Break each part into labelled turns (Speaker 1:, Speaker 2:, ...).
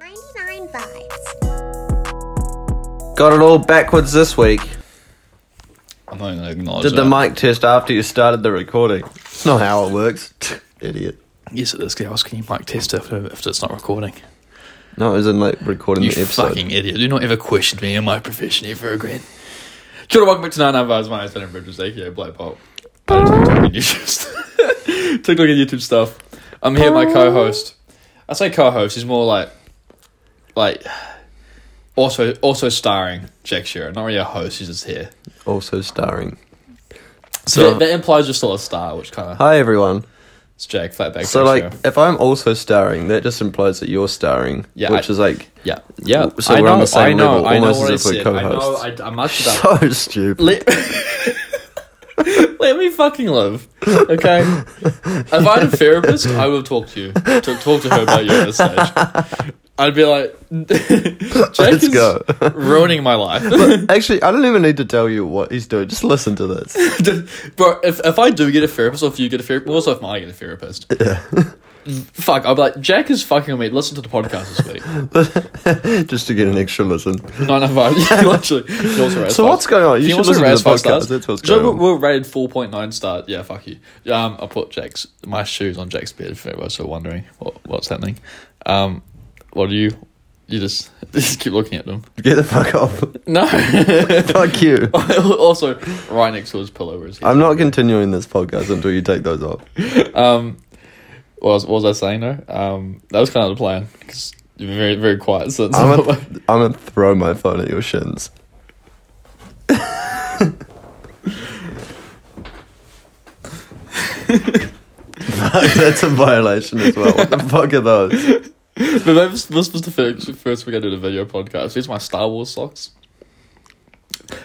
Speaker 1: 99 vibes.
Speaker 2: Got it all backwards this week.
Speaker 3: I'm not gonna acknowledge
Speaker 2: Did the
Speaker 3: that.
Speaker 2: mic test after you started the recording. It's not how it works. Idiot.
Speaker 3: yes, it is. 'cause I was can you mic test if, if it's not recording?
Speaker 2: No, it was in like recording
Speaker 3: You
Speaker 2: the episode.
Speaker 3: fucking idiot! Do not ever question me in my profession ever again. Kia ora, welcome back to Nine Nine Vibes. My name's Adam Bridges, aka Black Pop. TikTok and YouTube, TikTok and YouTube stuff. I'm here, with my co-host. I say co-host. He's more like, like, also also starring Jack Shearer. Not really a host. He's just here.
Speaker 2: Also starring.
Speaker 3: So
Speaker 2: So-
Speaker 3: that, that implies you're still a star, which kind of
Speaker 2: Hi everyone.
Speaker 3: it's Jack Flatback.
Speaker 2: So
Speaker 3: Jack
Speaker 2: like,
Speaker 3: Shearer.
Speaker 2: if I'm also starring, that just implies that you're starring.
Speaker 3: Yeah,
Speaker 2: Which
Speaker 3: I-
Speaker 2: is like
Speaker 3: yeah, yeah.
Speaker 2: So
Speaker 3: I
Speaker 2: we're
Speaker 3: know,
Speaker 2: on the same
Speaker 3: I know,
Speaker 2: level,
Speaker 3: I know
Speaker 2: almost
Speaker 3: what I
Speaker 2: as if we're
Speaker 3: said. I know.
Speaker 2: co-hosts.
Speaker 3: I, I much that.
Speaker 2: so stupid.
Speaker 3: Let, Let me fucking live. Okay. If I had a therapist, I would talk to you. To talk to her about you at this stage. I'd be like Jake
Speaker 2: Let's
Speaker 3: is
Speaker 2: go.
Speaker 3: ruining my life.
Speaker 2: Actually, I don't even need to tell you what he's doing. Just listen to this.
Speaker 3: Bro, if if I do get a therapist or if you get a therapist also if I get a therapist. Fuck, I'll be like, Jack is fucking me. Listen to the podcast this week.
Speaker 2: just to get an extra listen.
Speaker 3: Nine out of five. Yeah, literally. He also rated
Speaker 2: So
Speaker 3: five.
Speaker 2: what's going on? You
Speaker 3: He
Speaker 2: should
Speaker 3: also
Speaker 2: listen to
Speaker 3: rated
Speaker 2: the
Speaker 3: five
Speaker 2: podcast.
Speaker 3: stars.
Speaker 2: That's what's
Speaker 3: So
Speaker 2: going on.
Speaker 3: we're, we're rated four point nine stars. Yeah, fuck you. Um, I put Jack's my shoes on Jack's bed. If anyone's still wondering what what's happening, um, what do you? You just just keep looking at them.
Speaker 2: Get the fuck off.
Speaker 3: No.
Speaker 2: fuck you.
Speaker 3: also, right next to his pillow is. his-
Speaker 2: I'm not continuing this podcast until you take those off.
Speaker 3: Um, what was, what was I saying though? Um, that was kind of the plan because you've been very very quiet since.
Speaker 2: I'm gonna, I'm gonna throw my phone at your shins. That's a violation as well. What the fuck are those?
Speaker 3: But that was- this was the first, first week I did a video podcast. These are my Star Wars socks.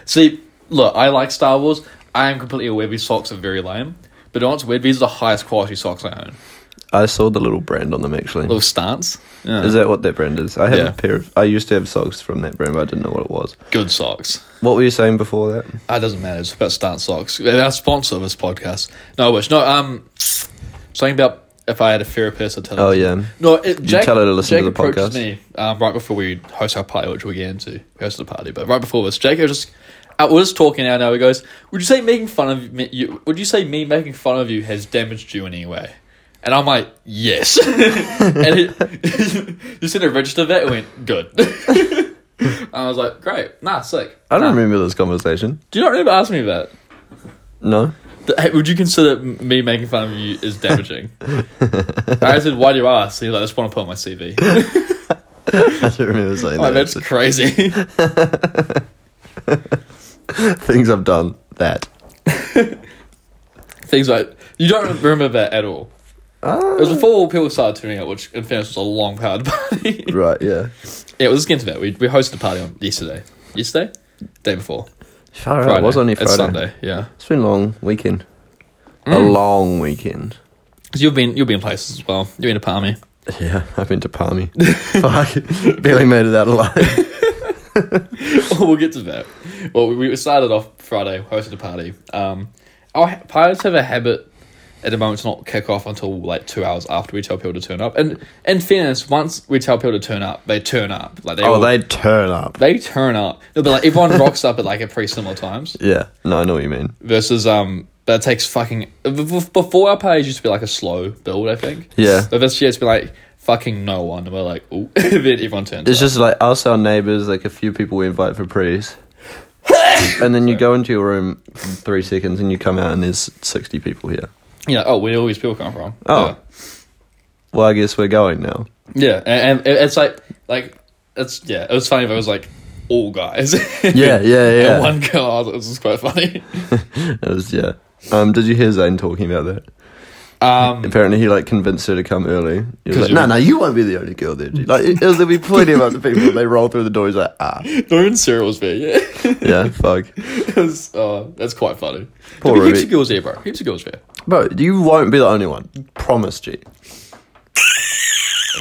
Speaker 3: See, look, I like Star Wars. I am completely aware these socks are very lame. But on it's weird, these are the highest quality socks I own.
Speaker 2: I saw the little brand on them actually.
Speaker 3: Little stance. Oh, Yeah.
Speaker 2: Is that what that brand is? I have
Speaker 3: Yeah.
Speaker 2: a pair of. I used to have socks from that brand, but I didn't know what it was.
Speaker 3: good socks?
Speaker 2: What were you saying before that?
Speaker 3: That doesn't matter. It's about stance socks. They're our sponsor of this podcast. No, I wish. No, um, something about if I had a therapist, I'd tell her
Speaker 2: Oh
Speaker 3: to-
Speaker 2: yeah,
Speaker 3: No, it, Jake,
Speaker 2: tell her to listen
Speaker 3: Jake
Speaker 2: to the
Speaker 3: approached
Speaker 2: podcast.
Speaker 3: Me um, right before we host our party, which we get into, we hosted the party, but right before this, Jake was just. I was talking out now. He goes, "Would you say making fun of me? You, would you say me making fun of you has damaged you in any way?" And I'm like, "Yes." and he, you said it registered that. It went good. I was like, "Great, nah, sick."
Speaker 2: I don't
Speaker 3: Nah.
Speaker 2: remember this conversation.
Speaker 3: Do you not remember asking me that?
Speaker 2: No,
Speaker 3: Th- hey, Would you consider m- me making fun of you is damaging? I said, "Why do you ask?" He's like, "I just want to put on my CV."
Speaker 2: I don't remember saying
Speaker 3: Oh,
Speaker 2: that.
Speaker 3: that's crazy.
Speaker 2: Things I've done. That.
Speaker 3: Things like you don't remember that at all. It
Speaker 2: Ah.
Speaker 3: was before all people started tuning up, which in fairness was a long hard party.
Speaker 2: Right. Yeah.
Speaker 3: yeah, it was getting to that. We we hosted a party on yesterday. Yesterday? Day before.
Speaker 2: Far out. Oh, It was only Friday.
Speaker 3: It's Sunday, yeah.
Speaker 2: It's been a long weekend. A long weekend.
Speaker 3: 'Cause you've been you've been places as well. You've been to Palmy.
Speaker 2: Yeah, I've been to Palmy. Fuck. Barely made it out alive.
Speaker 3: oh, we'll get to that. Well, we, we started off Friday, hosted a party. Um, our ha- pilots have a habit at the moment to not kick off until like two hours after we tell people to turn up. And in fairness, once we tell people to turn up, they turn up. Like they
Speaker 2: Oh,
Speaker 3: all-
Speaker 2: they turn up.
Speaker 3: they turn up. They'll be like everyone rocks up at like at pretty similar times.
Speaker 2: Yeah. No, I know what you mean.
Speaker 3: Versus um that takes fucking b- b- before our page used to be like a slow build, I think.
Speaker 2: Yeah.
Speaker 3: But this year it's been like fucking no one. And we're like, ooh then everyone turns
Speaker 2: It's
Speaker 3: up.
Speaker 2: just like us, our neighbours, like a few people we invite for prayers. and then you go into your room for three seconds and you come out and there's 60 people here.
Speaker 3: yeah, oh, where do all these people come from?
Speaker 2: Oh.
Speaker 3: Yeah.
Speaker 2: Well, I guess we're going now.
Speaker 3: Yeah, and, and it- it's like like it's yeah, it was funny. But it was like all guys.
Speaker 2: Yeah, yeah,
Speaker 3: And
Speaker 2: yeah.
Speaker 3: one girl. I was like, this is quite funny.
Speaker 2: It was, yeah. Um, did you hear Zane talking about that?
Speaker 3: Um,
Speaker 2: Apparently, he like convinced her to come early. He was
Speaker 3: 'Cause
Speaker 2: like,
Speaker 3: you-
Speaker 2: "No, no, you won't be the only girl there." G." Like, it, there'll be plenty of other people. They roll through the door. He's like, "Ah,
Speaker 3: Lauren Cyril was there. Yeah,
Speaker 2: yeah, fuck."
Speaker 3: It was, uh, that's quite funny.
Speaker 2: Poor
Speaker 3: There'll be heaps
Speaker 2: Ruby.
Speaker 3: of girls there, bro. Heaps of girls there.
Speaker 2: Bro, you won't be the only one. Promise, G.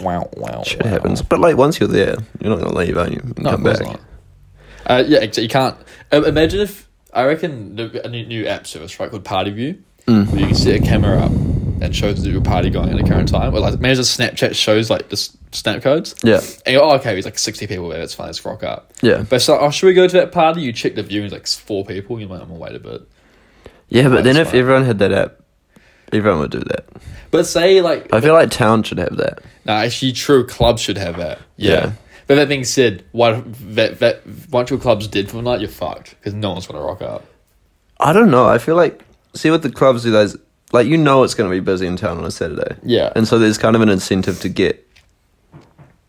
Speaker 3: Wow, wow.
Speaker 2: Shit happens. But like once you're there, you're not gonna leave, are you? And
Speaker 3: No,
Speaker 2: come
Speaker 3: of course
Speaker 2: back.
Speaker 3: not. Uh, yeah, exa- you can't. Um, imagine
Speaker 2: Mm.
Speaker 3: if I reckon the, a new, new app service right called Party View, where you can set a camera up that shows your party going at the current time. Or like, maybe just Snapchat shows like just snap codes.
Speaker 2: Yeah.
Speaker 3: And you go, oh, okay, there's like 60 people there. That's fine. Let's rock up.
Speaker 2: Yeah.
Speaker 3: But it's like, oh, should we go to that party? You check the view and it's like four people. You're like, I'm going to wait a bit.
Speaker 2: Yeah, but then
Speaker 3: That's
Speaker 2: if
Speaker 3: fine.
Speaker 2: everyone had that app, everyone would do that.
Speaker 3: But say like,
Speaker 2: I feel like town should have that.
Speaker 3: no, actually, true clubs should have that. Yeah.
Speaker 2: Yeah.
Speaker 3: But that being said, what that that once your clubs did for the night, you're fucked because no one's going to rock up.
Speaker 2: I don't know. I feel like see what the clubs do. Those like you know it's going to be busy in town on a Saturday.
Speaker 3: Yeah.
Speaker 2: and so there's kind of an incentive to get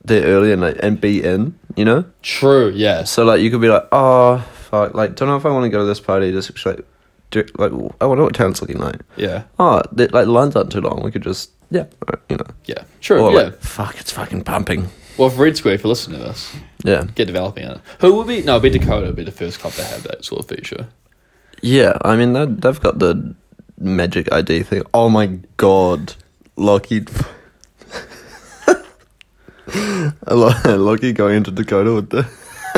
Speaker 2: there early and like, and be in. You know,
Speaker 3: True. Yes.
Speaker 2: so like you could be like, oh fuck, like don't know if I want to go to this party. Just actually, like, do, like I wonder what town's looking like.
Speaker 3: Yeah.
Speaker 2: Oh, the, like lines aren't too long. We could just yeah, you know.
Speaker 3: Yeah. True.
Speaker 2: Or
Speaker 3: yeah.
Speaker 2: like fuck, it's fucking pumping.
Speaker 3: well, if Red Square, if you listen to this,
Speaker 2: Yeah,
Speaker 3: get developing on it. Who will be? No, it'll be Dakota. It'll be the first club to have that sort of feature.
Speaker 2: yeah. I mean they- they've got the magic ID thing. Oh my god, Lockheed. I lo- Lockheed going into Dakota with the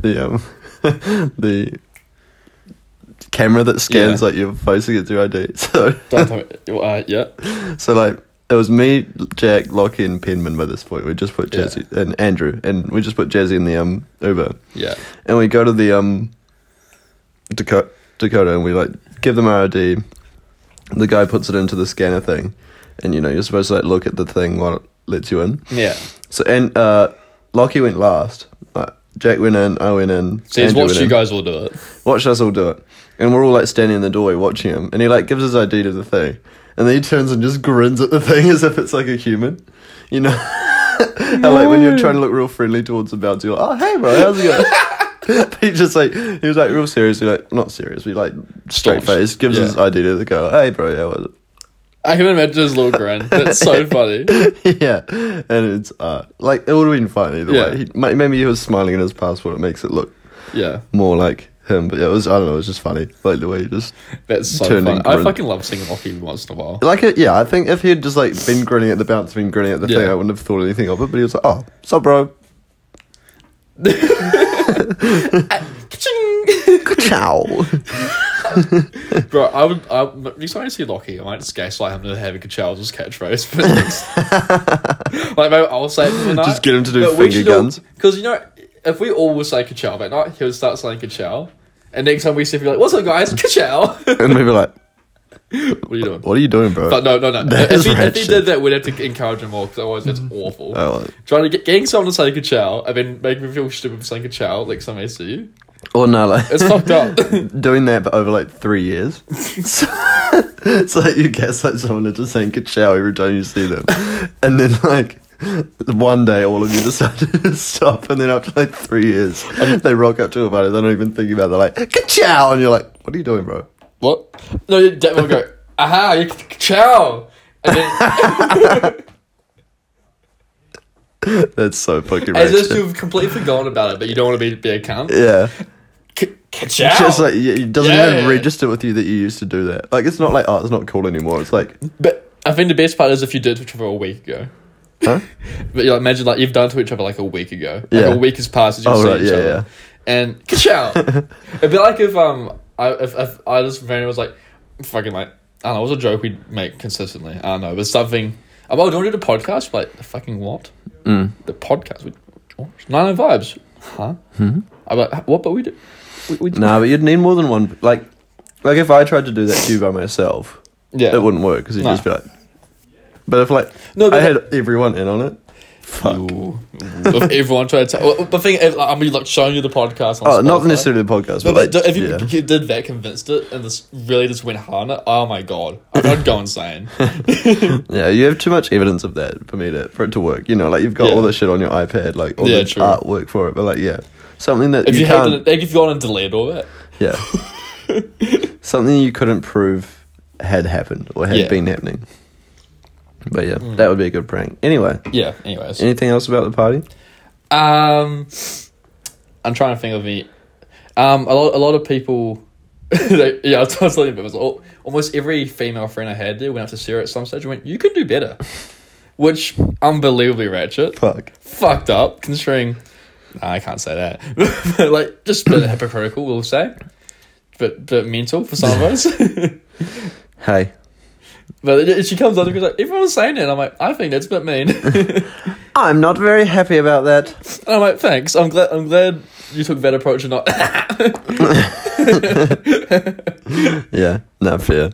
Speaker 2: the um the camera that scans
Speaker 3: Yeah.
Speaker 2: like your face against your ID. So
Speaker 3: Don't tell me- uh, yeah.
Speaker 2: So like it was me, Jack, Lockie, and Penman by this point. We just put
Speaker 3: Yeah.
Speaker 2: Jazzy and Andrew, and we just put Jazzy in the um Uber,
Speaker 3: Yeah.
Speaker 2: and we go to the um Dakota, Dakota, and we like give them our ID. The guy puts it into the scanner thing, and you know you're supposed to like look at the thing while it lets you in.
Speaker 3: Yeah.
Speaker 2: So and uh, Lockie went last. Like, Jack went in, I went in.
Speaker 3: So he's
Speaker 2: Andrew
Speaker 3: watched
Speaker 2: went
Speaker 3: you
Speaker 2: in.
Speaker 3: guys all do it.
Speaker 2: Watch us all do it. And we're all like standing in the doorway watching him. And he like gives his ID to the thing. And then he turns and just grins at the thing as if it's like a human. You know? and like when you're trying to look real friendly towards the bouncer, you're like, oh, hey, bro, how's it going? But he just like, he was like real seriously, like, not serious, but like straight
Speaker 3: Staunch.
Speaker 2: face, gives
Speaker 3: Yeah.
Speaker 2: his ID to the girl, hey, bro, how was
Speaker 3: I can imagine his little grin. That's so funny.
Speaker 2: it? yeah. And it's uh, like, it would have been fine either
Speaker 3: Yeah.
Speaker 2: way. He, may- maybe he was smiling in his passport, it makes it look
Speaker 3: Yeah.
Speaker 2: more like him. But yeah, it was, I don't know, it was just funny. Like the way he just.
Speaker 3: That's so
Speaker 2: Turning
Speaker 3: funny. I
Speaker 2: grin.
Speaker 3: fucking love seeing Lockie every once in a while.
Speaker 2: Like, it, yeah, I think if he had just like been grinning at the bouncer, been grinning at the thing,
Speaker 3: Yeah.
Speaker 2: I wouldn't have thought anything of it. But he was like, "Oh, sup, bro? Ciao."
Speaker 3: Bro, I would. I, next time I see Lockie, I might just gaslight him to having a child's catchphrase for next. like, maybe I'll say it for the night.
Speaker 2: Just get him to do finger guns.
Speaker 3: Because, you know, if we all would say Kachow that night, he would start saying Kachow. And next time we see him, he'd be like, what's up, guys? Kachow!
Speaker 2: and we were like,
Speaker 3: what are you doing?
Speaker 2: "What are you doing, bro?"
Speaker 3: But no, no, no.
Speaker 2: That
Speaker 3: if
Speaker 2: is
Speaker 3: he, if
Speaker 2: red
Speaker 3: he
Speaker 2: shit.
Speaker 3: did that, we'd have to encourage him more because otherwise that's awful.
Speaker 2: Oh, well.
Speaker 3: Trying to get getting someone to say Kachow and then make me feel stupid for saying Kachow, like some you.
Speaker 2: or no, like
Speaker 3: It's fucked up.
Speaker 2: doing that, but over like three years. so, it's like you gaslight someone into saying "ciao" every time you see them, and then like. One day, all of you decided to stop, and then after like three years, they rock up to a party. They don't even think about. it. They're like, "Ciao," and you're like, "What are you doing, bro?"
Speaker 3: What? No, your dad will go, aha, you c- chow. And then,
Speaker 2: That's so fucking
Speaker 3: as if
Speaker 2: racist.
Speaker 3: you've completely forgotten about it, but you don't want to be, be a cunt.
Speaker 2: Yeah.
Speaker 3: K- Ka-chow.
Speaker 2: Just like yeah, it doesn't
Speaker 3: Yeah.
Speaker 2: even register with you that you used to do that. Like it's not like oh it's not cool anymore. It's like
Speaker 3: but I think the best part is if you did it for a week ago.
Speaker 2: huh?
Speaker 3: But you know, imagine like you've done to each other like a week ago. Like
Speaker 2: Yeah.
Speaker 3: a week has passed since you've
Speaker 2: Oh,
Speaker 3: seen
Speaker 2: right,
Speaker 3: each
Speaker 2: yeah,
Speaker 3: other.
Speaker 2: yeah.
Speaker 3: And ka-chow. It'd be like if um I if, if I just randomly was like fucking like I don't know, it was a joke we'd make consistently. I don't know, but something I'm oh, do you want to do the podcast? Like the fucking what? Mm. The podcast with George. Nine vibes. Huh?
Speaker 2: Hmm?
Speaker 3: Mm-hmm. I'm like, what but we do we, we do
Speaker 2: Nah, but you'd need more than one like like if I tried to do that to you by myself,
Speaker 3: Yeah.
Speaker 2: it wouldn't work because you'd
Speaker 3: Nah.
Speaker 2: just be like But if like
Speaker 3: No, but
Speaker 2: I had everyone in on it. Fuck.
Speaker 3: Ooh. if everyone tried to well, the thing is like, I'm like showing you the podcast on
Speaker 2: Oh, not
Speaker 3: Spotify.
Speaker 2: necessarily the podcast,
Speaker 3: But
Speaker 2: but,
Speaker 3: like,
Speaker 2: like,
Speaker 3: if you,
Speaker 2: yeah.
Speaker 3: you did that, convinced it, and this really just went harder, oh my god, I'd go insane.
Speaker 2: yeah, you have too much evidence of that for me to for it to work. You know, like you've got
Speaker 3: Yeah.
Speaker 2: all the shit on your iPad, like all
Speaker 3: Yeah,
Speaker 2: the
Speaker 3: true.
Speaker 2: artwork for it, but like yeah, something that
Speaker 3: If you,
Speaker 2: you
Speaker 3: had,
Speaker 2: can't.
Speaker 3: to- like, if you wanted to delete all that,
Speaker 2: Yeah. Something you couldn't prove had happened or had
Speaker 3: Yeah. Mm.
Speaker 2: been happening. But yeah, that would be a good prank. Anyway,
Speaker 3: yeah. Anyways,
Speaker 2: anything else about the party?
Speaker 3: um, I'm trying to think of the, um, a lot, a lot of people. they, yeah, I was telling you, about this, al- almost every female friend I had there went up to Sarah at some stage and went, "You can do better," which unbelievably ratchet.
Speaker 2: Fuck.
Speaker 3: fucked up considering nah, I can't say that. But, like just a bit hypocritical, we'll say. But but mental for some of us.
Speaker 2: Hey,
Speaker 3: But it- it- she comes up and goes like, everyone's saying it. And I'm like, I think that's a bit mean. and
Speaker 2: I'm not very happy about that.
Speaker 3: I'm like, thanks. I'm glad. I'm glad you took that approach and not.
Speaker 2: Yeah, no fair.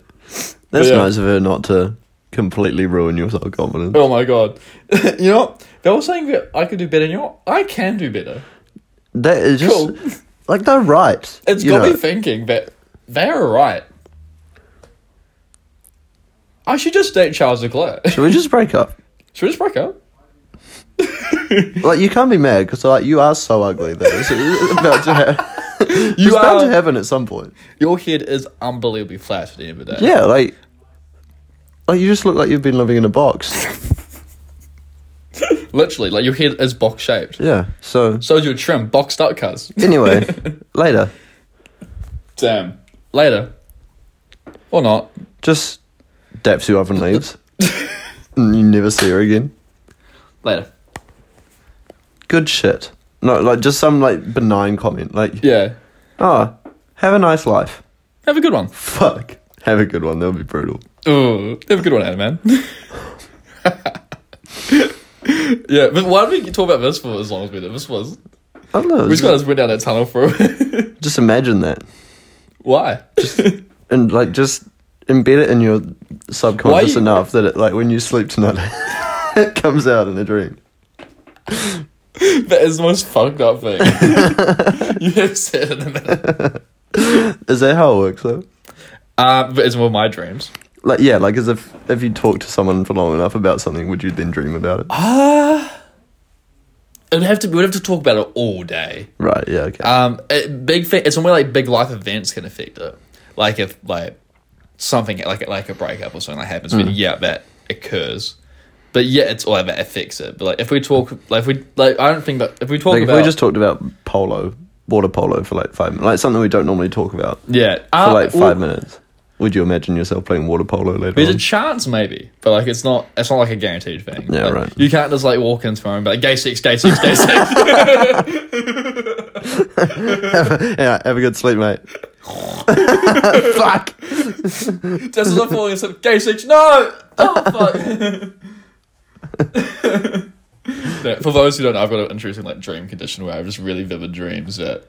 Speaker 2: That's
Speaker 3: yeah.
Speaker 2: nice of her not to completely ruin your self confidence.
Speaker 3: oh my god. you know, what? they were saying that I could do better. And you know, what? I can do better.
Speaker 2: That is just
Speaker 3: Cool.
Speaker 2: like they're right.
Speaker 3: It's
Speaker 2: you
Speaker 3: got
Speaker 2: know.
Speaker 3: me thinking that they're right. I should just date Charles Leclerc.
Speaker 2: Should we just break up?
Speaker 3: should we just break up?
Speaker 2: Like you can't be mad because like you are so ugly. That it's it's about to happen. You it's bound
Speaker 3: are-
Speaker 2: to happen at some point.
Speaker 3: Your head is unbelievably flat at the end of the day.
Speaker 2: Yeah, like, like you just look like you've been living in a box.
Speaker 3: Literally, like your head is box shaped.
Speaker 2: Yeah. So
Speaker 3: So is your trim, boxed up, cuz.
Speaker 2: anyway, later,
Speaker 3: Damn. Later. Or not.
Speaker 2: just daps you up and leaves. And you never see her again.
Speaker 3: Later.
Speaker 2: Good shit. No, like just some like benign comment. Like,
Speaker 3: Yeah.
Speaker 2: oh, have a nice life.
Speaker 3: Have a good one.
Speaker 2: Fuck. Have a good one. That'll be brutal.
Speaker 3: Ooh, have a good one, Adam, man. yeah, but why did we talk about this for as long as we did? This was.
Speaker 2: I don't know.
Speaker 3: We
Speaker 2: Just,
Speaker 3: just kind of went down that tunnel for a bit.
Speaker 2: just imagine that,
Speaker 3: Why?
Speaker 2: and like just embed it in your subconscious
Speaker 3: you-
Speaker 2: enough that it like when you sleep tonight, it comes out in a dream.
Speaker 3: that is the most fucked up thing. you have said in a minute.
Speaker 2: Is that how it works though?
Speaker 3: Uh, but it's more my dreams.
Speaker 2: Like yeah, like as if if you talk to someone for long enough about something, would you then dream about it?
Speaker 3: Uh, It would have to, we would have to talk about it all day.
Speaker 2: Right. Yeah. Okay.
Speaker 3: Um, it, big thing. It's when like big life events can affect it. Like if like something like like a breakup or something like happens,
Speaker 2: Hmm.
Speaker 3: but yeah, that occurs. But yeah, it's all that affects it. But like if we talk, like if we like, I don't think that if we talk
Speaker 2: like if
Speaker 3: about
Speaker 2: we just talked about polo, water polo for like five minutes, like something we don't normally talk about for
Speaker 3: yeah uh,
Speaker 2: like five
Speaker 3: well,
Speaker 2: minutes. Would you imagine yourself playing water polo later?
Speaker 3: There's a
Speaker 2: On?
Speaker 3: chance maybe, but like it's not it's not like a guaranteed thing.
Speaker 2: Yeah,
Speaker 3: Like,
Speaker 2: right.
Speaker 3: You can't just like walk in tomorrow and be like gay six, gay six, gay six.
Speaker 2: yeah. Have a good sleep, mate. Fuck.
Speaker 3: Just as I'm falling asleep, gay six, no! Oh, fuck. No, For those who don't know, I've got an interesting like dream condition where I have just really vivid dreams that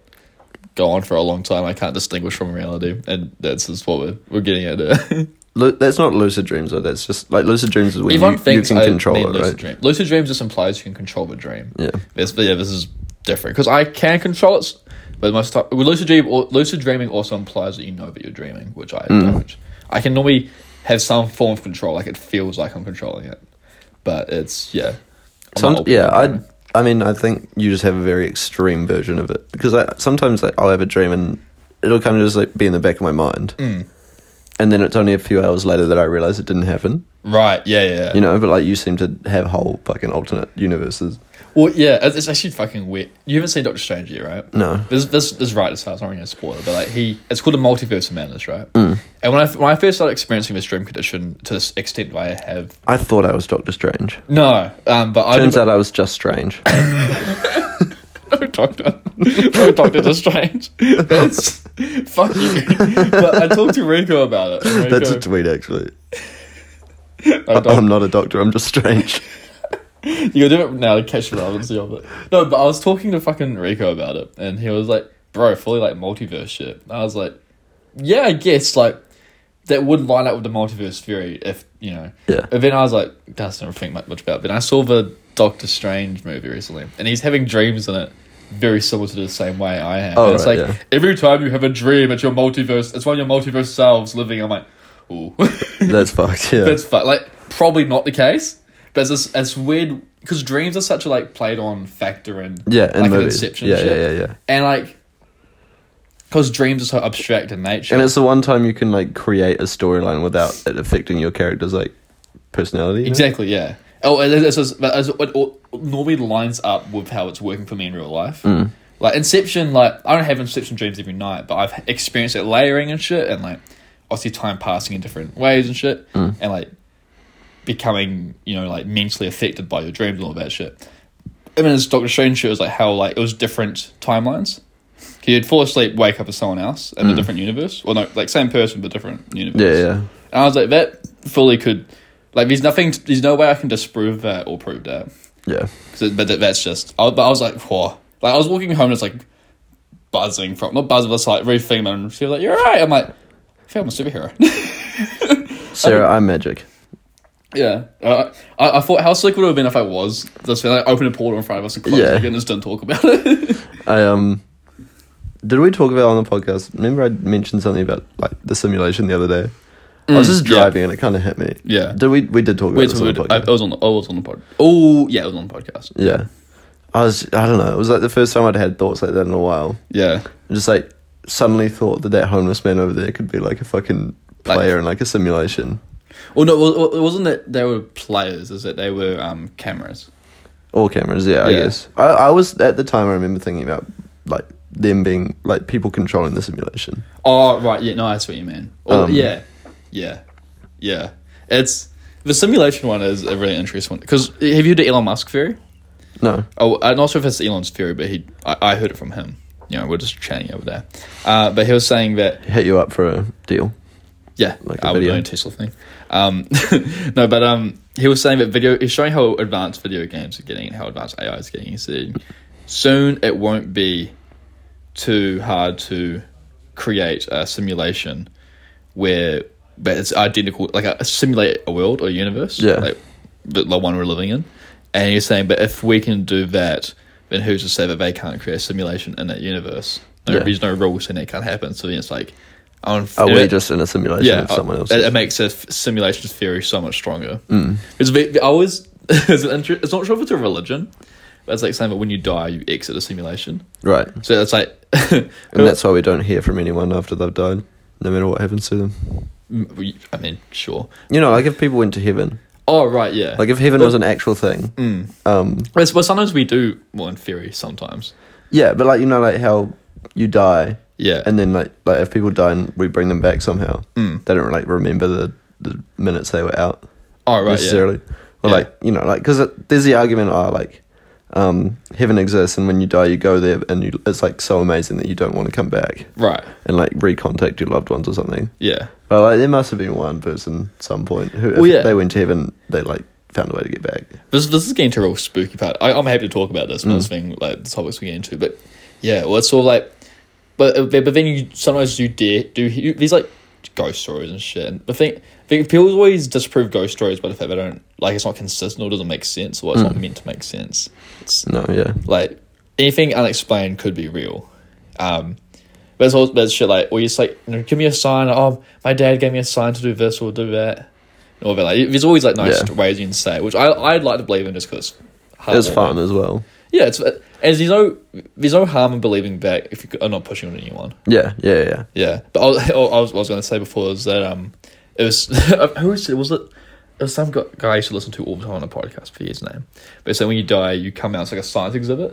Speaker 3: go on for a long time. I can't distinguish from reality, and that's just what we're, we're getting at. There.
Speaker 2: Lu- that's not lucid dreams though. That's just like lucid dreams is when you,
Speaker 3: Everyone
Speaker 2: you
Speaker 3: thinks
Speaker 2: can
Speaker 3: I
Speaker 2: control
Speaker 3: need
Speaker 2: it,
Speaker 3: lucid
Speaker 2: right?
Speaker 3: dream. Lucid dreams just implies you can control the dream.
Speaker 2: Yeah.
Speaker 3: This, but yeah, this is different because I can control it, but most time, well, lucid dream, or, lucid dreaming also implies that you know that you're dreaming, which I
Speaker 2: Mm.
Speaker 3: don't. I can normally have some form of control, like it feels like I'm controlling it, but it's yeah. I'm
Speaker 2: Some,
Speaker 3: not
Speaker 2: yeah,
Speaker 3: open to
Speaker 2: I. I mean, I think you just have a very extreme version of it because I sometimes like, I'll have a dream and it'll kind of just like be in the back of my mind,
Speaker 3: Mm.
Speaker 2: and then it's only a few hours later that I realize it didn't happen.
Speaker 3: dreaming. right. Yeah, yeah.
Speaker 2: You know, but like you seem to have whole fucking alternate universes.
Speaker 3: Well, yeah, it's, it's actually fucking weird. You haven't seen Doctor Strange yet, right?
Speaker 2: No.
Speaker 3: This this this writer's house. I'm not going to spoil it, but like he, it's called the multiverse of madness, right?
Speaker 2: Mm.
Speaker 3: And when I when I first started experiencing this dream condition to this extent, where I have
Speaker 2: I thought I was Doctor Strange.
Speaker 3: no, um, but I
Speaker 2: Turns
Speaker 3: never-
Speaker 2: out I was just strange.
Speaker 3: No doctor. No doctor to strange. That's fuck you. But I talked to Rico about it. and
Speaker 2: That's a
Speaker 3: Rico-
Speaker 2: tweet actually.
Speaker 3: no, doc-
Speaker 2: I'm not a doctor. I'm just strange.
Speaker 3: you gotta do it now to catch the relevancy of it. No, but I was talking to fucking Rico about it, and he was like, "Bro, fully like multiverse shit." And I was like, "Yeah, I guess like that would line up with the multiverse theory if you know."
Speaker 2: Yeah.
Speaker 3: But then I was like, "That's not think much about." it." But I saw the Doctor Strange movie recently, and he's having dreams in it. Very similar to the same way I am.
Speaker 2: Oh,
Speaker 3: And it's
Speaker 2: right,
Speaker 3: like
Speaker 2: yeah.
Speaker 3: every time you have a dream, it's your multiverse. It's one of your multiverse selves living. I'm like, ooh.
Speaker 2: That's fucked. Yeah.
Speaker 3: That's fu- like probably not the case, but it's just, it's weird because dreams are such a like played on factor in
Speaker 2: yeah, in
Speaker 3: like an
Speaker 2: movies.
Speaker 3: inception
Speaker 2: yeah,
Speaker 3: shit.
Speaker 2: yeah, yeah, yeah.
Speaker 3: and like because dreams are so abstract in nature.
Speaker 2: And it's the one time you can like create a storyline without it affecting your character's like personality. you know?
Speaker 3: exactly, yeah. Oh, and it's just, but it's- it all- normally lines up with how it's working for me in real life.
Speaker 2: Mm.
Speaker 3: Like Inception, like I don't have Inception dreams every night, but I've experienced it layering and shit, and like obviously time passing in different ways and shit,
Speaker 2: Mm.
Speaker 3: and like becoming you know like mentally affected by your dreams and all that shit. Even as Doctor Strange shit was like how like it was different timelines. 'Cause You'd fall asleep, wake up as someone else in a different universe, or no, like same person but different universe.
Speaker 2: Mm. Yeah, yeah.
Speaker 3: And I was like, that fully could. Like, there's nothing. There's no way I can disprove that or prove that.
Speaker 2: Yeah.
Speaker 3: 'Cause it- but that- that's just. I, but I was like, whoa. Like I was walking home, and it's like buzzing from not buzzing, but it's like rethinking. And she was like, "You're right." I'm like, I feel I'm a superhero.
Speaker 2: Sarah, I'm magic.
Speaker 3: yeah. Uh, I, I thought how sick would it have been if I was just like open a portal in front of us and close
Speaker 2: Yeah.
Speaker 3: it again and just didn't talk about it.
Speaker 2: I um did we talk about it on the podcast? Remember I mentioned something about like the simulation the other day? I was just
Speaker 3: Mm, yeah.
Speaker 2: driving and it kinda hit me.
Speaker 3: Yeah.
Speaker 2: Did we we did talk about
Speaker 3: Wait,
Speaker 2: this
Speaker 3: so
Speaker 2: on
Speaker 3: we,
Speaker 2: the
Speaker 3: did- I, I
Speaker 2: podcast.
Speaker 3: was on the. Oh, I was on the pod. Oh, yeah, I was on the podcast.
Speaker 2: yeah. I was I don't know, it was like the first time I'd had thoughts like that in a while.
Speaker 3: Yeah.
Speaker 2: I just like suddenly thought that that homeless man over there could be like a fucking
Speaker 3: Like-
Speaker 2: player in like a simulation.
Speaker 3: Well, no, well, well, it wasn't that they were players. Is that they were um cameras?
Speaker 2: All cameras, yeah, I
Speaker 3: Yeah.
Speaker 2: guess. I, I was at the time I remember thinking about like them being like people controlling the simulation.
Speaker 3: Oh right, yeah, no, that's what you mean. Or,
Speaker 2: Um,
Speaker 3: yeah, yeah, yeah. It's the simulation one is a really interesting one because have you heard the Elon Musk theory?
Speaker 2: No.
Speaker 3: Oh, I'm not sure if it's Elon's theory, but he I, I heard it from him. You know, we're just chatting over there. Uh, but he was saying that
Speaker 2: Hit you up for a deal.
Speaker 3: yeah,
Speaker 2: Like a
Speaker 3: I would
Speaker 2: video.
Speaker 3: own a Tesla thing. Um, no, but um, he was saying that video. He's showing how advanced video games are getting and how advanced AI is getting. He said soon it won't be too hard to create a simulation where, but it's identical, like a, simulate a world or universe,
Speaker 2: Yeah.
Speaker 3: like the, the one we're living in. And he's saying, but if we can do that, then who's to say that they can't create a simulation in that universe? No,
Speaker 2: Yeah.
Speaker 3: There's no rules saying that can't happen. So then it's like, I don't.
Speaker 2: Oh,
Speaker 3: and
Speaker 2: we're
Speaker 3: it-
Speaker 2: just in a simulation
Speaker 3: yeah, Uh,
Speaker 2: of someone else. Hmm.
Speaker 3: It, it makes the f- simulation theory so much stronger. It's ve- I always it's, an inter- it's not sure if it's a religion, but it's like saying that when you die, you exit a simulation.
Speaker 2: Right.
Speaker 3: So it's like, uh,
Speaker 2: And that's why we don't hear from anyone after they've died, no matter what happens to them.
Speaker 3: We- I mean, sure.
Speaker 2: You know, like if people went to heaven,
Speaker 3: Oh right, yeah.
Speaker 2: like if heaven was an actual thing,
Speaker 3: mm.
Speaker 2: um,
Speaker 3: Well, well, sometimes we do. Well, in theory, sometimes.
Speaker 2: yeah. But like you know, like how you die,
Speaker 3: Yeah.
Speaker 2: and then like like if people die and we bring them back somehow,
Speaker 3: Mm.
Speaker 2: they don't like remember the, the minutes they were out
Speaker 3: oh right, yeah.
Speaker 2: necessarily. Or
Speaker 3: Yeah.
Speaker 2: like you know, like because there's the argument, oh, like um, heaven exists, and when you die, you go there, and you, it's like so amazing that you don't want to come back
Speaker 3: Right.
Speaker 2: and like recontact your loved ones or something.
Speaker 3: Yeah.
Speaker 2: But like, there must have been one person at some point who, if
Speaker 3: Well, yeah.
Speaker 2: they went to heaven, they like found a way to get back.
Speaker 3: This this is getting to a real spooky part. I, I'm happy to talk about this when this thing like the topics we get into, but yeah, well, it's sort of like, but but, but then you sometimes you dare do you, these like ghost stories and shit. And the thing, thing people always disprove ghost stories by the fact they don't like it's not consistent or doesn't make sense or it's not meant to make sense. It's
Speaker 2: No, yeah,
Speaker 3: like anything unexplained could be real. Um, but it's all but it's shit like, or you just like, you know, give me a sign. Oh, my dad gave me a sign to do this or do that. And all that. Like, there's always like nice
Speaker 2: Yeah.
Speaker 3: ways you can say, it, which I I'd like to believe in just because
Speaker 2: it was fun as well.
Speaker 3: Yeah, it's uh, and there's no there's no harm in believing back if you, I'm not pushing on anyone.
Speaker 2: Yeah, yeah, yeah.
Speaker 3: Yeah, but I was, I was, what I was going to say before is that um, it was uh, who was it? Was it? It was some gu- guy I used to listen to all the time on a podcast. For his name, but so when you die, you come out. It's like a science exhibit.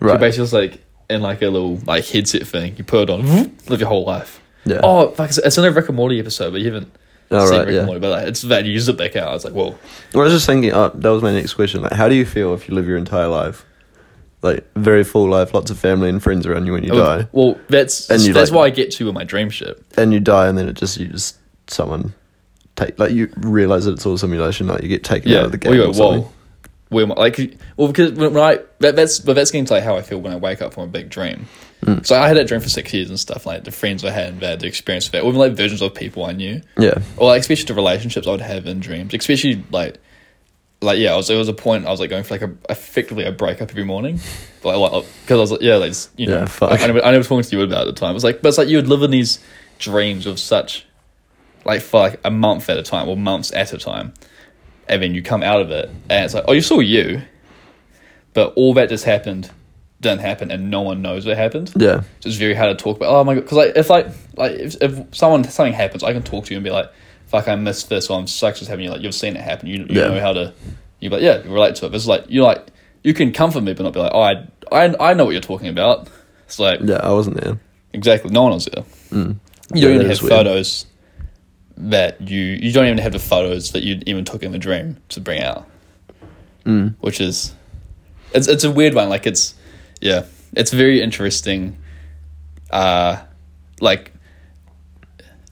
Speaker 3: So
Speaker 2: Right.
Speaker 3: basically, it's like in like a little like headset thing. You put it on, live your whole life.
Speaker 2: Yeah.
Speaker 3: Oh, fuck! It's, it's in a Rick and Morty episode, but you haven't
Speaker 2: Oh,
Speaker 3: seen
Speaker 2: right,
Speaker 3: Rick
Speaker 2: yeah.
Speaker 3: and Morty. But like, it's that you use it back out. I was like, whoa.
Speaker 2: Well, I was just thinking. Oh, that was my next question. Like, how do you feel if you live your entire life, like very full life, lots of family and friends around you when you die,
Speaker 3: Well, that's
Speaker 2: And you
Speaker 3: that's
Speaker 2: like-
Speaker 3: why I get to with my dream ship.
Speaker 2: and you die, and then it just you just someone take like you realize that it's all simulation. Like you get taken out of the game.
Speaker 3: we
Speaker 2: or
Speaker 3: go,
Speaker 2: something.
Speaker 3: whoa. Where am I? Like, well, because when when I that, that's but that's getting to like how I feel when I wake up from a big dream.
Speaker 2: Hmm.
Speaker 3: So I had that dream for six years and stuff. Like the friends I had and that, the experience of that, or even like versions of people I knew,
Speaker 2: Yeah,
Speaker 3: or like especially the relationships I would have in dreams. Especially like, like yeah, I was, there was a point I was like going for like a effectively a breakup every morning, like because I was like yeah, like just, you know,
Speaker 2: Yeah, fuck.
Speaker 3: I, I, never, I never talked to you about it at the time. It was like, but it's like you would live in these dreams of such, like for like a month at a time or months at a time and then you come out of it and it's like, oh, you saw you, but all that just happened didn't happen, and no one knows what happened.
Speaker 2: yeah,
Speaker 3: So it's very hard to talk about. Oh my god, because like if like like if, if someone something happens, I can talk to you and be like, fuck, I missed this, or I'm sucks this happening. You're Like you've seen it happen, you, you
Speaker 2: Yeah.
Speaker 3: know how to, you like yeah, you relate to it. But it's like you're like you can comfort me, but not be like, oh, I I, I know what you're talking about. It's like
Speaker 2: yeah. I wasn't there.
Speaker 3: Exactly. No one was there. You don't
Speaker 2: Mm. Yeah, that
Speaker 3: even
Speaker 2: is
Speaker 3: have
Speaker 2: weird.
Speaker 3: photos that you you don't even have the photos that you even took in the dream to bring out. Mm. Which is it's it's a weird one. Like it's yeah. It's very interesting uh like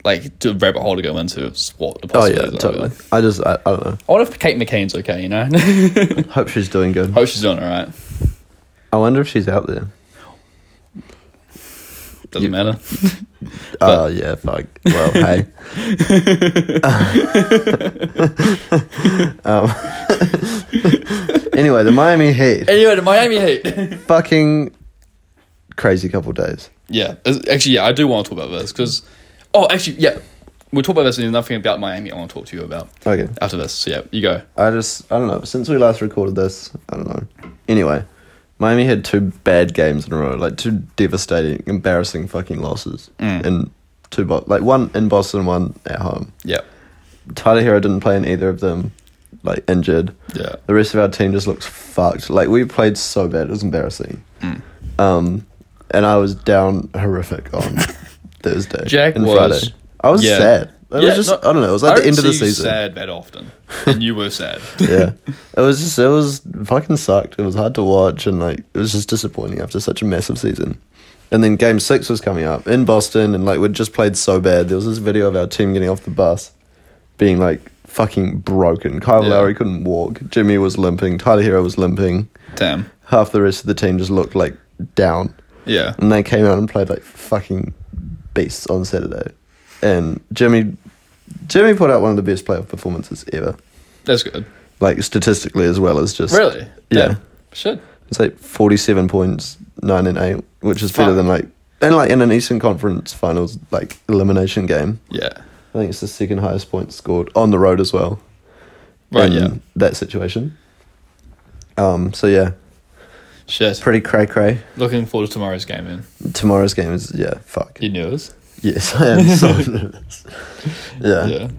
Speaker 3: like to a rabbit hole to go into. It's what the
Speaker 2: Oh yeah,
Speaker 3: possibilities are,
Speaker 2: totally.
Speaker 3: really.
Speaker 2: I just I, I don't know.
Speaker 3: I wonder if Kate McKean's okay. You know,
Speaker 2: Hope she's doing good.
Speaker 3: hope she's doing all right.
Speaker 2: I wonder if she's out there.
Speaker 3: Doesn't matter.
Speaker 2: Oh yeah, fuck. Well, hey. um, anyway, the Miami Heat,
Speaker 3: Anyway, the Miami Heat.
Speaker 2: fucking crazy couple days.
Speaker 3: yeah, it's- actually, yeah, I do want to talk about this because, oh, actually, yeah, we'll talk about this and there's nothing about Miami I want to talk to you about
Speaker 2: Okay,
Speaker 3: after this. So yeah, you go.
Speaker 2: I just I don't know. Since we last recorded this, I don't know. Anyway, Miami had two bad games in a row, like two devastating, embarrassing fucking losses,
Speaker 3: Mm.
Speaker 2: and two bo- like one in Boston, one at home.
Speaker 3: Yeah,
Speaker 2: Tyler Hero didn't play in either of them, like injured.
Speaker 3: yeah,
Speaker 2: The rest of our team just looks fucked. Like we played so bad, it was embarrassing.
Speaker 3: Hmm.
Speaker 2: Um, and I was down horrific on Thursday
Speaker 3: Jack
Speaker 2: and
Speaker 3: was-
Speaker 2: Friday. I was
Speaker 3: yeah.
Speaker 2: sad. It
Speaker 3: Yeah,
Speaker 2: was just
Speaker 3: no,
Speaker 2: I don't know. It was like
Speaker 3: I
Speaker 2: the end
Speaker 3: don't
Speaker 2: of the
Speaker 3: see you
Speaker 2: season.
Speaker 3: Sad that often, and you were sad.
Speaker 2: yeah, it was just it was fucking sucked. It was hard to watch, and like it was just disappointing after such a massive season. And then Game Six was coming up in Boston, and like we'd just played so bad. There was this video of our team getting off the bus, being like fucking broken. Kyle
Speaker 3: Yeah.
Speaker 2: Lowry couldn't walk. Jimmy was limping. Tyler Hero was limping.
Speaker 3: Damn.
Speaker 2: Half the rest of the team just looked like down,
Speaker 3: Yeah.
Speaker 2: and they came out and played like fucking beasts on Saturday. And Jimmy, Jimmy put out one of the best playoff performances ever
Speaker 3: That's good.
Speaker 2: like statistically as well as just
Speaker 3: Really?
Speaker 2: Yeah.
Speaker 3: Damn. Shit.
Speaker 2: It's like forty-seven points, nine and eight, which is better
Speaker 3: Fuck.
Speaker 2: than like and like in an Eastern Conference Finals like elimination game.
Speaker 3: Yeah.
Speaker 2: I think it's the second highest point scored on the road as well. in
Speaker 3: Right. Yeah.
Speaker 2: that situation. Um. So yeah,
Speaker 3: Shit.
Speaker 2: pretty cray cray.
Speaker 3: Looking forward to tomorrow's game, man.
Speaker 2: Tomorrow's game is yeah. Fuck.
Speaker 3: You knew us.
Speaker 2: Yes, I am so nervous. Yeah,
Speaker 3: Yeah.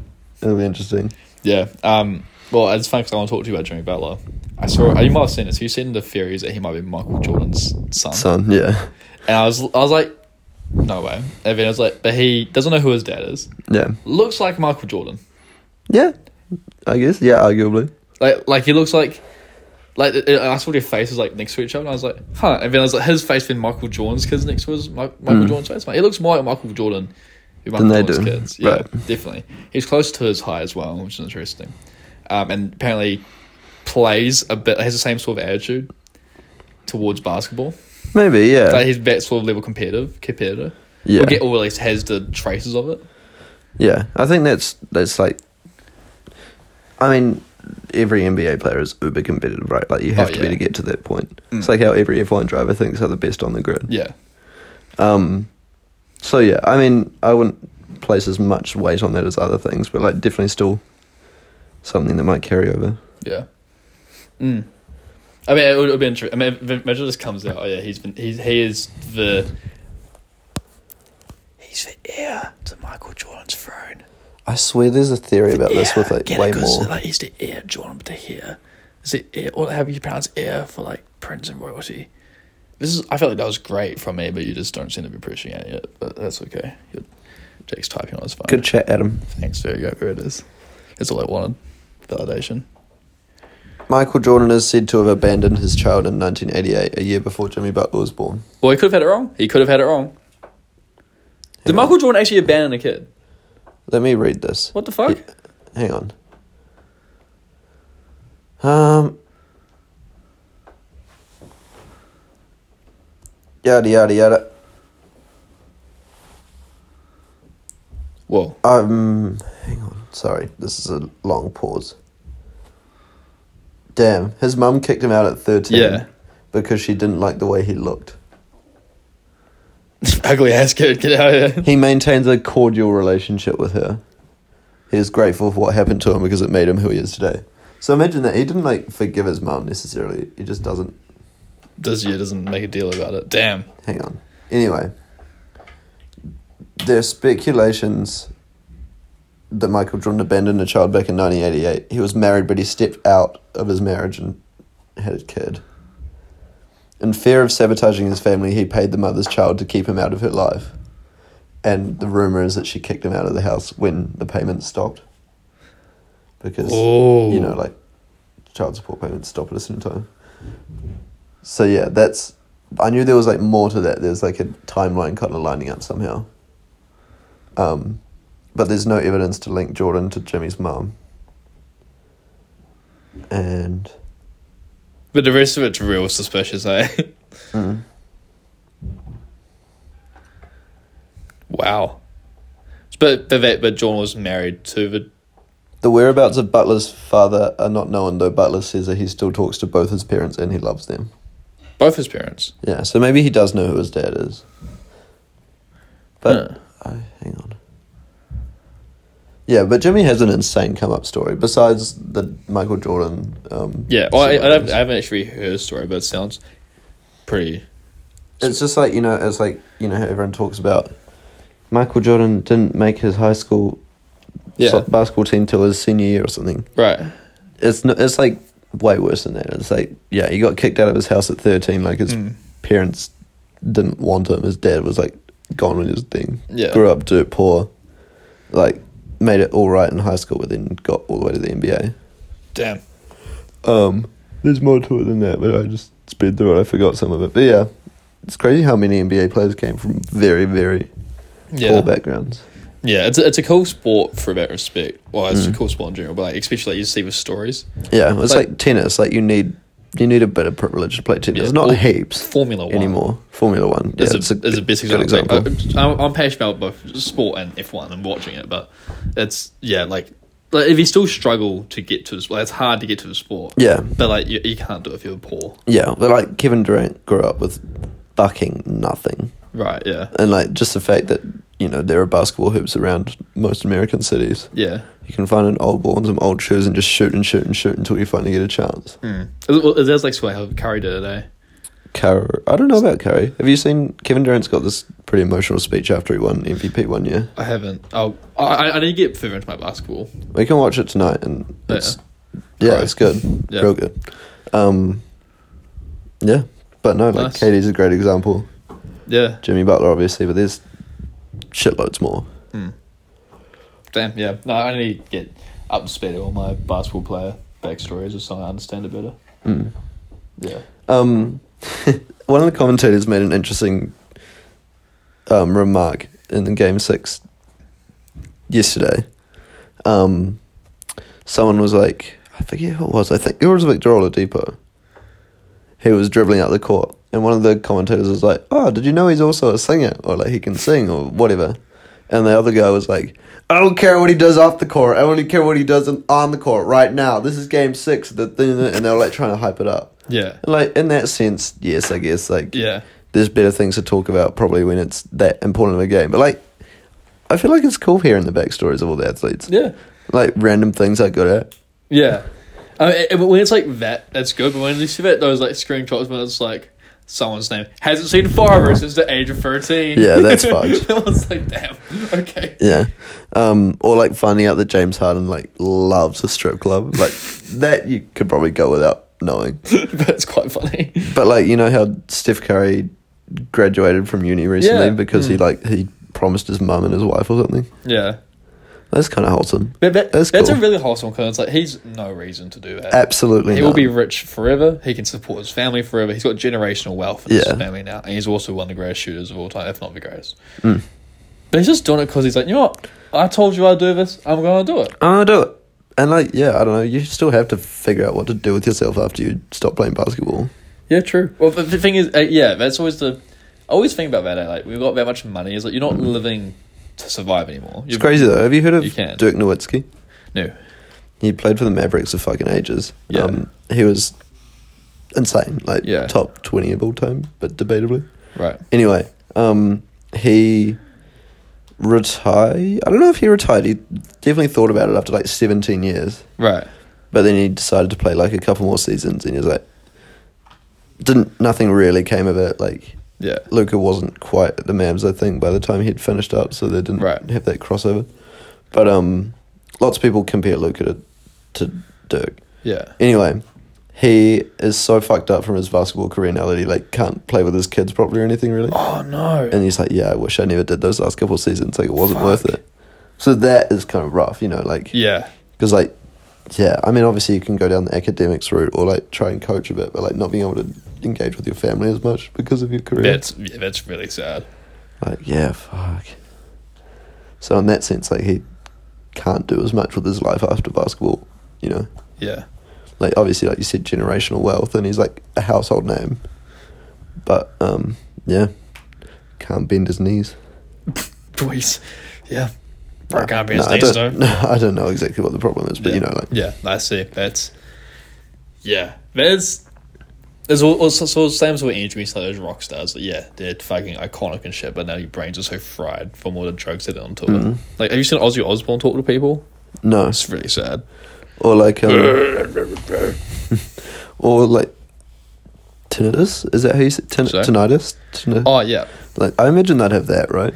Speaker 2: it'll be interesting.
Speaker 3: Yeah. Um. Well, it's funny 'cause I want to talk to you about Jimmy Butler. I saw. uh, You might have seen this. You seen the theories that he might be Michael Jordan's son.
Speaker 2: Son. Yeah.
Speaker 3: And I was, I was like, no way. And then I was like, but he doesn't know who his dad is.
Speaker 2: Yeah.
Speaker 3: Looks like Michael Jordan.
Speaker 2: Yeah. I guess. Yeah. Arguably.
Speaker 3: Like, like he looks like. Like it- it- I saw their faces like next to each other, and I was like, "Huh." And then I was like, "His face, then Michael Jordan's kids next to his Mi- Michael Jordan's face. Like, it looks more like Michael Jordan than Michael
Speaker 2: Mm. they
Speaker 3: Jordan's
Speaker 2: do.
Speaker 3: kids. Yeah,
Speaker 2: Right.
Speaker 3: definitely. He's close to his height as well, which is interesting. Um, and apparently plays a bit has the same sort of attitude towards basketball.
Speaker 2: Maybe. Yeah.
Speaker 3: Like he's that sort of level competitive competitor.
Speaker 2: yeah.
Speaker 3: Or, get, or at least has the traces of it.
Speaker 2: Yeah, I think that's that's like. I mean, every NBA player is uber competitive, right? Like you have
Speaker 3: Oh,
Speaker 2: to
Speaker 3: yeah. Mm.
Speaker 2: be to get to that point. It's like how every F one driver thinks they're the best on the grid.
Speaker 3: Yeah.
Speaker 2: Um, so yeah, I mean, I wouldn't place as much weight on that as other things, but like definitely still something that might carry over.
Speaker 3: Yeah. Mm. I mean, it would, it would be interesting. I mean, if- if Mitchell just comes out. Oh yeah, he's been. He's he is the. He's the heir to Michael Jordan's throne.
Speaker 2: I swear, there's a theory about this with
Speaker 3: Heir.
Speaker 2: like
Speaker 3: Get it?
Speaker 2: way
Speaker 3: 'Cause,
Speaker 2: more.
Speaker 3: Like he's the heir, Jordan, but the heir. Is it heir, or have you pronounced heir for like prince and royalty? This is. I felt like that was great from me, but you just don't seem to be appreciating it. But that's okay. Your- Jake's typing on his phone.
Speaker 2: Good chat, Adam.
Speaker 3: Thanks. There you go. There it is. That's all I wanted. Validation.
Speaker 2: Michael Jordan is said to have abandoned his child in 1988, a year before Jimmy Butler was born.
Speaker 3: Well, he could have had it wrong. He could have had it wrong. Did Michael Jordan actually abandon a kid?
Speaker 2: Let me read this.
Speaker 3: What the fuck?
Speaker 2: Hang on. Um. Yada yada yada.
Speaker 3: Whoa.
Speaker 2: Um, hang on. Sorry, this is a long pause. Damn, his mum kicked him out at thirteen.
Speaker 3: Yeah.
Speaker 2: Because she didn't like the way he looked.
Speaker 3: Ugly ass kid, get out of here.
Speaker 2: He maintains a cordial relationship with her. He is grateful for what happened to him because it made him who he is today. So imagine that he didn't like forgive his mum necessarily. He just doesn't
Speaker 3: Does you doesn't make a deal about it. Damn.
Speaker 2: Hang on. Anyway, there are speculations that Michael Jordan abandoned a child back in 1988. He was married, but he stepped out of his marriage and had a kid. In fear of sabotaging his family, he paid the mother's child to keep him out of her life. And the rumor is that she kicked him out of the house when the payments stopped. Because,
Speaker 3: Oh.
Speaker 2: you know, like child support payments stop at a certain time. So yeah, that's. I knew there was like more to that. There's like a timeline kind of lining up somehow. Um, but there's no evidence to link Jordan to Jimmy's mum. And
Speaker 3: But the rest of it's real suspicious, eh? Wow. But but that but John was married to the
Speaker 2: the whereabouts of Butler's father are not known, though Butler says that he still talks to both his parents and he loves them.
Speaker 3: both his parents.
Speaker 2: Yeah, so maybe he does know who his dad is. But
Speaker 3: Huh.
Speaker 2: I hang on. Yeah, but Jimmy has an insane come up story besides the Michael Jordan. Um,
Speaker 3: Yeah. Well, I, I,
Speaker 2: siblings.
Speaker 3: haven't, I haven't actually heard his story, but it sounds pretty.
Speaker 2: It's just like you know, it's like you know, how everyone talks about Michael Jordan didn't make his high school
Speaker 3: Yeah.
Speaker 2: so- basketball team till his senior year or something.
Speaker 3: Right.
Speaker 2: It's no, it's like way worse than that. It's like yeah, he got kicked out of his house at thirteen. Like his
Speaker 3: Mm.
Speaker 2: parents didn't want him. His dad was like gone with his thing.
Speaker 3: Yeah.
Speaker 2: grew up dirt poor. Like made it all right in high school, but then got all the way to the NBA.
Speaker 3: Damn.
Speaker 2: Um, there's more to it than that, but I just sped through it. I forgot some of it. But yeah, it's crazy how many NBA players came from very, very
Speaker 3: Yeah.
Speaker 2: poor backgrounds.
Speaker 3: Yeah. It's a, it's a cool sport for that respect. Well, it's
Speaker 2: Mm.
Speaker 3: a cool sport in general, but like, especially like you see with stories.
Speaker 2: Yeah, it's
Speaker 3: Like-
Speaker 2: like, tennis. Like you need you need a bit of privilege to play tennis.
Speaker 3: Yeah,
Speaker 2: Not
Speaker 3: or
Speaker 2: heaps
Speaker 3: Formula One
Speaker 2: anymore. Formula One. Yeah,
Speaker 3: Is
Speaker 2: it's
Speaker 3: a, is a best
Speaker 2: good
Speaker 3: example. Like, I'm, I'm passionate about both sport and F one and watching it, but it's yeah, like, like if you still struggle to get to, the sport, it's hard to get to the sport.
Speaker 2: Yeah.
Speaker 3: but like you, you can't do it if you're poor.
Speaker 2: Yeah, but like Kevin Durant grew up with fucking nothing.
Speaker 3: Right? Yeah.
Speaker 2: and like just the fact that you know there are basketball hoops around most American cities.
Speaker 3: Yeah.
Speaker 2: You can find an old ball and some old shoes and just shoot and shoot and shoot until you finally get a chance.
Speaker 3: Hmm. Well, There's like how Curry did it, eh?
Speaker 2: Curry, I don't know about Curry. Have you seen Kevin Durant's got this pretty emotional speech after he won MVP one year?
Speaker 3: I haven't. Oh, I, I- I need to get further into my basketball.
Speaker 2: We can watch it tonight and it's yeah,
Speaker 3: Right.
Speaker 2: it's good,
Speaker 3: Yeah.
Speaker 2: real good. Um, yeah, but no, like
Speaker 3: Nice.
Speaker 2: Katie's a great example.
Speaker 3: Yeah.
Speaker 2: Jimmy Butler, obviously, but there's shitloads more.
Speaker 3: Damn. Yeah. No, I need to get up to speed on my basketball player backstories or something. I understand it better.
Speaker 2: Hmm.
Speaker 3: Yeah.
Speaker 2: Um, one of the commentators made an interesting um, remark in Game Six yesterday. Um, someone was like, I forget who it was. I think it was Victor Oladipo. He was dribbling out the court, and one of the commentators was like, "Oh, did you know he's also a singer, or like he can sing, or whatever." And the other guy was like, "I don't care what he does off the court. I only care what he does on- on the court right now. This is Game Six. The thing, and they were like trying to hype it up.
Speaker 3: Yeah.
Speaker 2: Like in that sense, yes, I guess like
Speaker 3: Yeah.
Speaker 2: there's better things to talk about probably when it's that important of a game. But like I feel like it's cool hearing the backstories of all the athletes.
Speaker 3: Yeah.
Speaker 2: Like random things I good at.
Speaker 3: Yeah. I mean, it- when it's like that, that's good. But when you see that, those like screenshots when it's like someone's name hasn't seen Farber since the age of thirteen.
Speaker 2: Yeah, that's fucked.
Speaker 3: I was like, damn. Okay.
Speaker 2: Yeah. Um or like finding out that James Harden like loves a strip club. Like that you could probably go without knowing.
Speaker 3: that's quite funny.
Speaker 2: But like you know how Steph Curry graduated from uni recently
Speaker 3: Yeah. Mm.
Speaker 2: because he like he promised his mum and his wife or something.
Speaker 3: Yeah.
Speaker 2: That's kinda wholesome.
Speaker 3: But that,
Speaker 2: That's
Speaker 3: that's a
Speaker 2: cool.
Speaker 3: really wholesome because it's like he's no reason to do that.
Speaker 2: Absolutely
Speaker 3: he
Speaker 2: not.
Speaker 3: will be rich forever. He can support his family forever. He's got generational wealth
Speaker 2: Yeah.
Speaker 3: in his family now, and he's also one of the greatest shooters of all time, if not the greatest.
Speaker 2: Mm.
Speaker 3: But he's just doing it because he's like, you know what? I told you I'd do this. I'm gonna do it.
Speaker 2: I do it. And like, yeah, I don't know. You still have to figure out what to do with yourself after you stop playing basketball.
Speaker 3: Yeah, true. Well, the, the thing is, uh, yeah, that's always the. I always think about that. eh, Like, we've got that much money. Is like you're not living to survive anymore. You're
Speaker 2: It's crazy though. Have you heard of
Speaker 3: You can.
Speaker 2: Dirk Nowitzki?
Speaker 3: No.
Speaker 2: He played for the Mavericks for fucking ages. Um,
Speaker 3: Yeah.
Speaker 2: he was insane, like
Speaker 3: Yeah.
Speaker 2: top twenty of all time, but debatably.
Speaker 3: Right.
Speaker 2: Anyway, um, he retired. I don't know if he retired. He definitely thought about it after like seventeen years.
Speaker 3: Right.
Speaker 2: But then he decided to play like a couple more seasons, and he was like, didn't nothing really came of it. Like
Speaker 3: Yeah.
Speaker 2: Luca wasn't quite at the Mavs, I think, by the time he'd finished up, so they didn't
Speaker 3: Right.
Speaker 2: have that crossover. But um, lots of people compare Luca to, to Dirk.
Speaker 3: Yeah.
Speaker 2: Anyway, he is so fucked up from his basketball career now that he like can't play with his kids properly or anything really.
Speaker 3: Oh no.
Speaker 2: And he's like, yeah, I wish I never did those last couple of seasons. Like it wasn't worth
Speaker 3: Fuck.
Speaker 2: it. So that is kind of rough, you know, like
Speaker 3: yeah.
Speaker 2: because like yeah, I mean obviously you can go down the academics route or like try and coach a bit, but like not being able to engage with your family as much because of your career.
Speaker 3: That's yeah. That's really sad.
Speaker 2: Like, yeah, fuck. So in that sense, like he can't do as much with his life after basketball. You know,
Speaker 3: Yeah.
Speaker 2: like obviously, like you said, generational wealth, and he's like a household name. But um, yeah, can't bend his knees.
Speaker 3: Please. Yeah. Bro, can't be
Speaker 2: No,
Speaker 3: his
Speaker 2: I
Speaker 3: knees, though.
Speaker 2: don't. I don't know exactly what the problem is, but
Speaker 3: yeah.
Speaker 2: you know, like
Speaker 3: yeah, I see. That's yeah, that's there's all, also so same as with Andrew like those rock stars. Like, yeah, they're fucking iconic and shit, but now your brains are so fried from all the drugs that they're on tour.
Speaker 2: Mm-hmm.
Speaker 3: Like, have you seen Ozzy Osbourne talk to people?
Speaker 2: no,
Speaker 3: It's really sad.
Speaker 2: or like um, or like tinnitus. Is that how you say tin-
Speaker 3: Sorry?
Speaker 2: tinnitus? Tinni-
Speaker 3: Oh yeah,
Speaker 2: Like I imagine that have that right.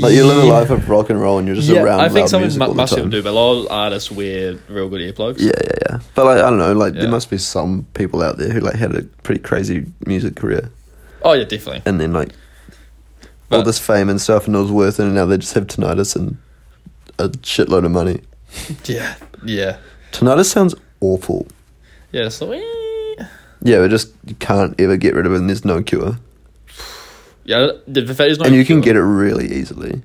Speaker 2: Like you live a
Speaker 3: Yeah.
Speaker 2: life of rock and roll, and you're just
Speaker 3: yeah.
Speaker 2: around.
Speaker 3: I think
Speaker 2: loud
Speaker 3: some
Speaker 2: music
Speaker 3: mu-
Speaker 2: all the
Speaker 3: must
Speaker 2: time.
Speaker 3: even do, but a lot of artists wear real good earplugs.
Speaker 2: Yeah, yeah, yeah. But like, I don't know. Like
Speaker 3: Yeah.
Speaker 2: there must be some people out there who like had a pretty crazy music career,
Speaker 3: Oh yeah, definitely.
Speaker 2: and then like all
Speaker 3: But-
Speaker 2: this fame and stuff, and it was worth it, and now they just have tinnitus and a shitload of money.
Speaker 3: Yeah, yeah,
Speaker 2: Tinnitus sounds awful.
Speaker 3: yeah. It's like, eh.
Speaker 2: Yeah, but just you can't ever get rid of it, and there's no cure.
Speaker 3: yeah. The the fact is, not
Speaker 2: and you can get it really easily.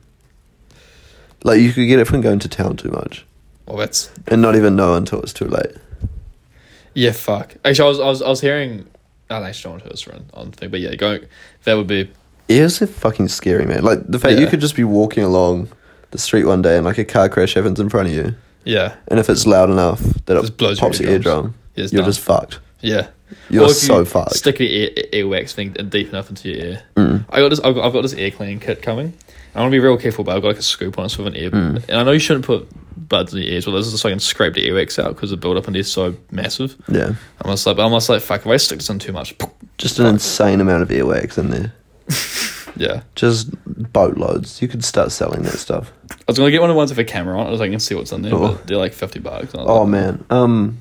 Speaker 2: Like you could get it from going to town too much
Speaker 3: Well, that's
Speaker 2: and not even know until it's too late.
Speaker 3: Yeah, fuck. Actually, I was, I was, I was hearing. I don't actually don't know if it was on, on thing, but yeah, going. That would be.
Speaker 2: Ears are fucking scary, man. Like the fact you
Speaker 3: Yeah.
Speaker 2: could just be walking along the street one day and like a car crash happens in front of you,
Speaker 3: Yeah,
Speaker 2: and if it's loud enough that
Speaker 3: Just
Speaker 2: it
Speaker 3: blows your
Speaker 2: pops your
Speaker 3: eardrums.
Speaker 2: eardrum,
Speaker 3: Yeah, it's
Speaker 2: you're
Speaker 3: done.
Speaker 2: just fucked.
Speaker 3: yeah.
Speaker 2: You're
Speaker 3: Or if
Speaker 2: so fucked.
Speaker 3: Stick your ear, ear- earwax thing deep enough into your ear. Mm. I got this. I've got, I've got this ear cleaning kit coming. I want to be real careful, but I've got like a scoop on it with an ear,
Speaker 2: Mm.
Speaker 3: and I know you shouldn't put buds in your ears. Well, this is so I can scrape the earwax out because the buildup in there is so massive.
Speaker 2: yeah,
Speaker 3: I'm just like, but I'm just like, fuck. If I stick this in too much,
Speaker 2: just an insane amount of earwax in there.
Speaker 3: yeah.
Speaker 2: Just boatloads. You could start selling that stuff.
Speaker 3: I was gonna get one of the ones with a camera on. it. I was like, I can see what's in there.
Speaker 2: Oh.
Speaker 3: But they're like fifty bucks.
Speaker 2: Oh man, um,